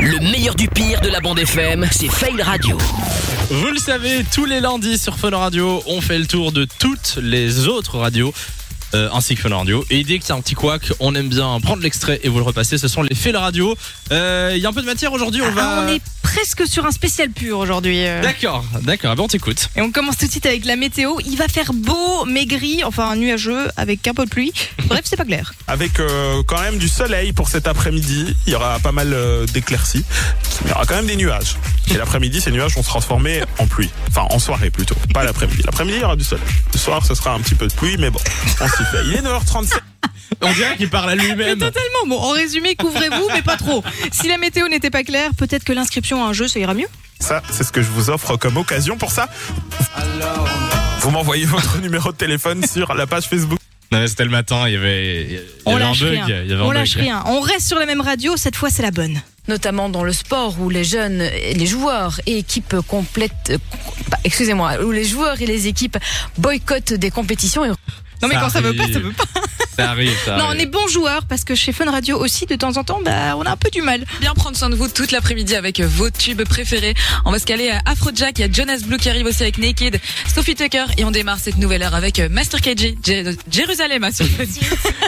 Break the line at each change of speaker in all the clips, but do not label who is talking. Le meilleur du pire de la bande FM, c'est Fail Radio.
Vous le savez, tous les lundis sur Fun Radio, on fait le tour de toutes les autres radios. euh, ainsi que Fun Radio. Et dès qu'il y a un petit couac, on aime bien prendre l'extrait et vous le repasser. Ce sont les faits radio. Euh, Il y a un peu de matière aujourd'hui, on
Ah,
va.
on est presque sur un spécial pur aujourd'hui. euh.
D'accord, d'accord, Ah ben, on t'écoute.
Et on commence tout de suite avec la météo. Il va faire beau, mais gris, enfin nuageux, avec un peu de pluie. Bref, c'est pas clair.
avec euh, quand même du soleil pour cet après-midi. Il y aura pas mal euh, d'éclaircies. Il y aura quand même des nuages. Et l'après-midi, ces nuages vont se transformer en pluie. Enfin, en soirée plutôt. Pas l'après-midi. L'après-midi, il y aura du soleil. Le soir, ce sera un petit peu de pluie, mais bon, on s'y fait. Il est 9h37.
On dirait qu'il parle à lui-même.
Totalement. Bon, en résumé, couvrez-vous, mais pas trop. Si la météo n'était pas claire, peut-être que l'inscription à un jeu, ça ira mieux.
Ça, c'est ce que je vous offre comme occasion pour ça. Vous m'envoyez votre numéro de téléphone sur la page Facebook.
Non, mais c'était le matin, il y avait, il y
On
avait un
lâche
bug.
rien.
Il y avait un
on
bug.
lâche rien. On reste sur la même radio. Cette fois, c'est la bonne.
notamment dans le sport où les jeunes, les joueurs et équipes complètent, euh, bah, excusez-moi, où les joueurs et les équipes boycottent des compétitions. Et...
Non, mais
Ça
quand ça veut pas, ça
arrive.
veut pas.
Ça arrive, ça
Non, on est
arrive.
bon joueur parce que chez Fun Radio aussi, de temps en temps, bah, on a un peu du mal.
bien prendre soin de vous toute l'après-midi avec vos tubes préférés. On va se caler à Afrojack, il y a Jonas Blue qui arrive aussi avec Naked, Sophie Tucker et on démarre cette nouvelle heure avec Master KG, Jé- Jérusalem à sur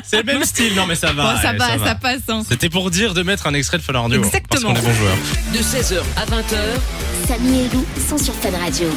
C'est le même style, non, mais ça va.
Bon, ça,
Ah ouais,
passe,
va.
ça passe. hein.
C'était pour dire de mettre un extrait de Fun Radio.
Exactement.
Parce qu'on est bon joueur.
De 16h à 20h,
Samy et Lou sont sur Fun Radio.